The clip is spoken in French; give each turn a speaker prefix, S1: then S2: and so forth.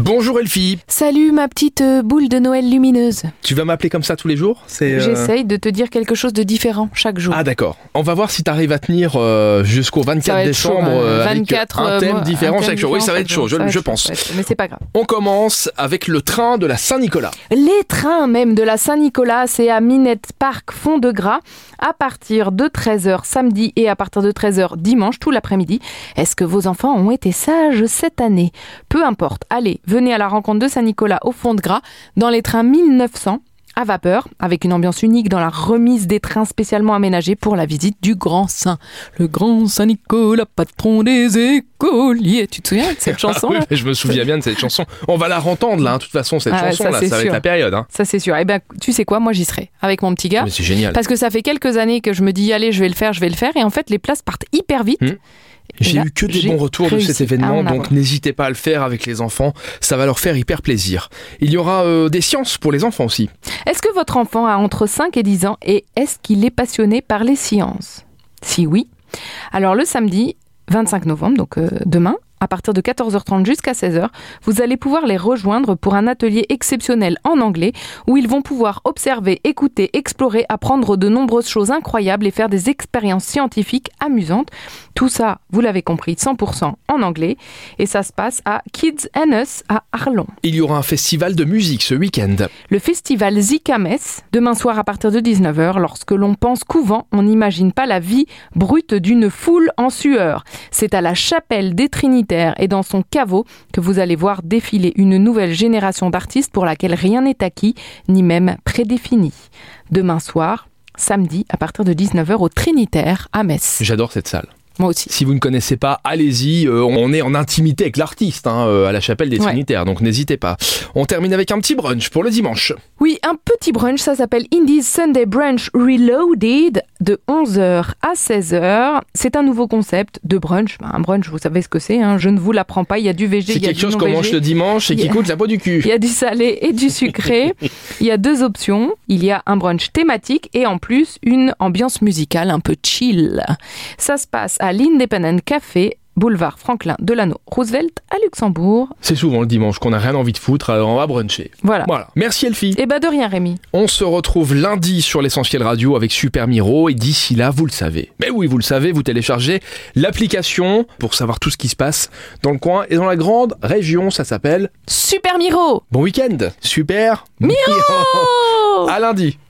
S1: Bonjour Elfie,
S2: Salut ma petite euh, boule de Noël lumineuse.
S1: tu vas m'appeler comme ça tous les jours C'est euh,
S2: J'essaye de te dire quelque chose de différent chaque jour.
S1: Ah d'accord. On va voir si t'arrives à tenir euh, jusqu'au
S2: Ça va
S1: 24
S2: être chaud,
S1: décembre
S2: hein.
S1: euh, avec
S2: 24,
S1: un
S2: euh,
S1: thème
S2: mois-
S1: différent
S2: un thème
S1: chaque jour. Oui, ça va être
S2: différent
S1: chaud, je,
S2: chaque jour.
S1: je
S2: Ça va être
S1: pense.
S2: chaud, ça va être chaud, Mais c'est pas grave.
S1: On commence avec le train de la Saint-Nicolas.
S2: Les trains même de la Saint-Nicolas, c'est à Minette Park Fond de Gras à partir de 13h samedi et à partir de 13h dimanche tout l'après-midi. Est-ce que vos enfants ont été sages cette année Peu importe. Allez, venez à la rencontre de Saint-Nicolas au Fond de Gras dans les trains 1900 à vapeur, avec une ambiance unique dans la remise des trains spécialement aménagés pour la visite du Grand Saint. Le Grand Saint-Nicolas, patron des écoliers. Tu te souviens de cette chanson
S1: Ah Oui, je me souviens bien de cette chanson. On va la rentendre là, hein, de toute façon, cette
S2: Ah ouais,
S1: chanson
S2: ça,
S1: là,
S2: c'est
S1: ça va être
S2: sûr.
S1: la période. hein.
S2: Ça c'est sûr. Eh ben, tu sais quoi, moi j'y serai avec mon petit gars.
S1: Mais c'est génial.
S2: Ah. Parce que ça fait quelques années que je me dis, allez, je vais le faire, je vais le faire. Et en fait, les places partent hyper vite.
S1: Hmm.
S2: Et
S1: J'ai
S2: là,
S1: eu que des
S2: j'ai
S1: bons retours de
S2: réussi
S1: cet événement,
S2: à en
S1: donc
S2: avoir.
S1: n'hésitez pas à le faire avec les enfants, ça va leur faire hyper plaisir. Il y aura euh, des sciences pour les enfants aussi.
S2: Est-ce que votre enfant a entre 5 et 10 ans et est-ce qu'il est passionné par les sciences Si oui, alors le samedi 25 novembre, donc euh, demain, à partir de 14h30 jusqu'à 16h, vous allez pouvoir les rejoindre pour un atelier exceptionnel en anglais où ils vont pouvoir observer, écouter, explorer, apprendre de nombreuses choses incroyables et faire des expériences scientifiques amusantes. Tout ça, vous l'avez compris, 100% en anglais et ça se passe à Kids and Us à Arlon.
S1: Il y aura un festival de musique ce week-end.
S2: Le festival Zika Metz, demain soir à partir de 19h, lorsque l'on pense couvent, on n'imagine pas la vie brute d'une foule en sueur. C'est à la chapelle des Trinitaires et dans son caveau que vous allez voir défiler une nouvelle génération d'artistes pour laquelle rien n'est acquis, ni même prédéfini. Demain soir, samedi, à partir de 19h au Trinitaire à Metz.
S1: J'adore cette salle.
S2: Moi aussi.
S1: Si vous ne connaissez pas, allez-y. euh, on est en intimité avec l'artiste hein, euh, à la chapelle des
S2: Ouais.
S1: Trinitaires, donc n'hésitez pas. On termine avec un petit brunch pour le dimanche.
S2: Oui, un petit brunch, ça s'appelle Indies Sunday Brunch Reloaded de 11h à 16h. C'est un nouveau concept de brunch. Ben, un brunch, vous savez ce que c'est, hein, je ne vous l'apprends pas. Il y a du végé,
S1: C'est
S2: il y a
S1: quelque
S2: du
S1: chose qu'on
S2: non-végé.
S1: mange le dimanche et qui
S2: Yeah.
S1: coûte la peau du cul.
S2: Il y a du salé et du sucré. Il y a deux options. Il y a un brunch thématique et en plus une ambiance musicale un peu chill. Ça se passe à l'Independent Café, boulevard Franklin Delano Roosevelt à Luxembourg.
S1: C'est souvent le dimanche qu'on n'a rien envie de foutre, alors on va bruncher.
S2: Voilà.
S1: Voilà. Merci Elfie.
S2: Et bah de rien Rémi.
S1: On se retrouve lundi sur l'essentiel radio avec Super Miro et d'ici là, vous le savez. Mais oui, vous le savez, vous téléchargez l'application pour savoir tout ce qui se passe dans le coin et dans la grande région. Ça s'appelle
S2: Super Miro
S1: Bon Week-end. Super Miro.
S2: Oh
S1: À lundi.